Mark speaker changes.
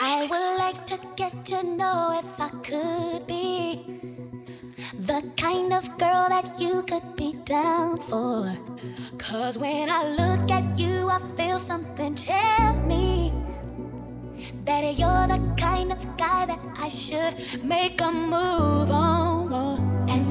Speaker 1: I would like to get to know if I could be the kind of girl that you could be down for. Cause when I look at you, I feel something tell me that you're the kind of guy that I should make a move on. And Oh, oh, Oh,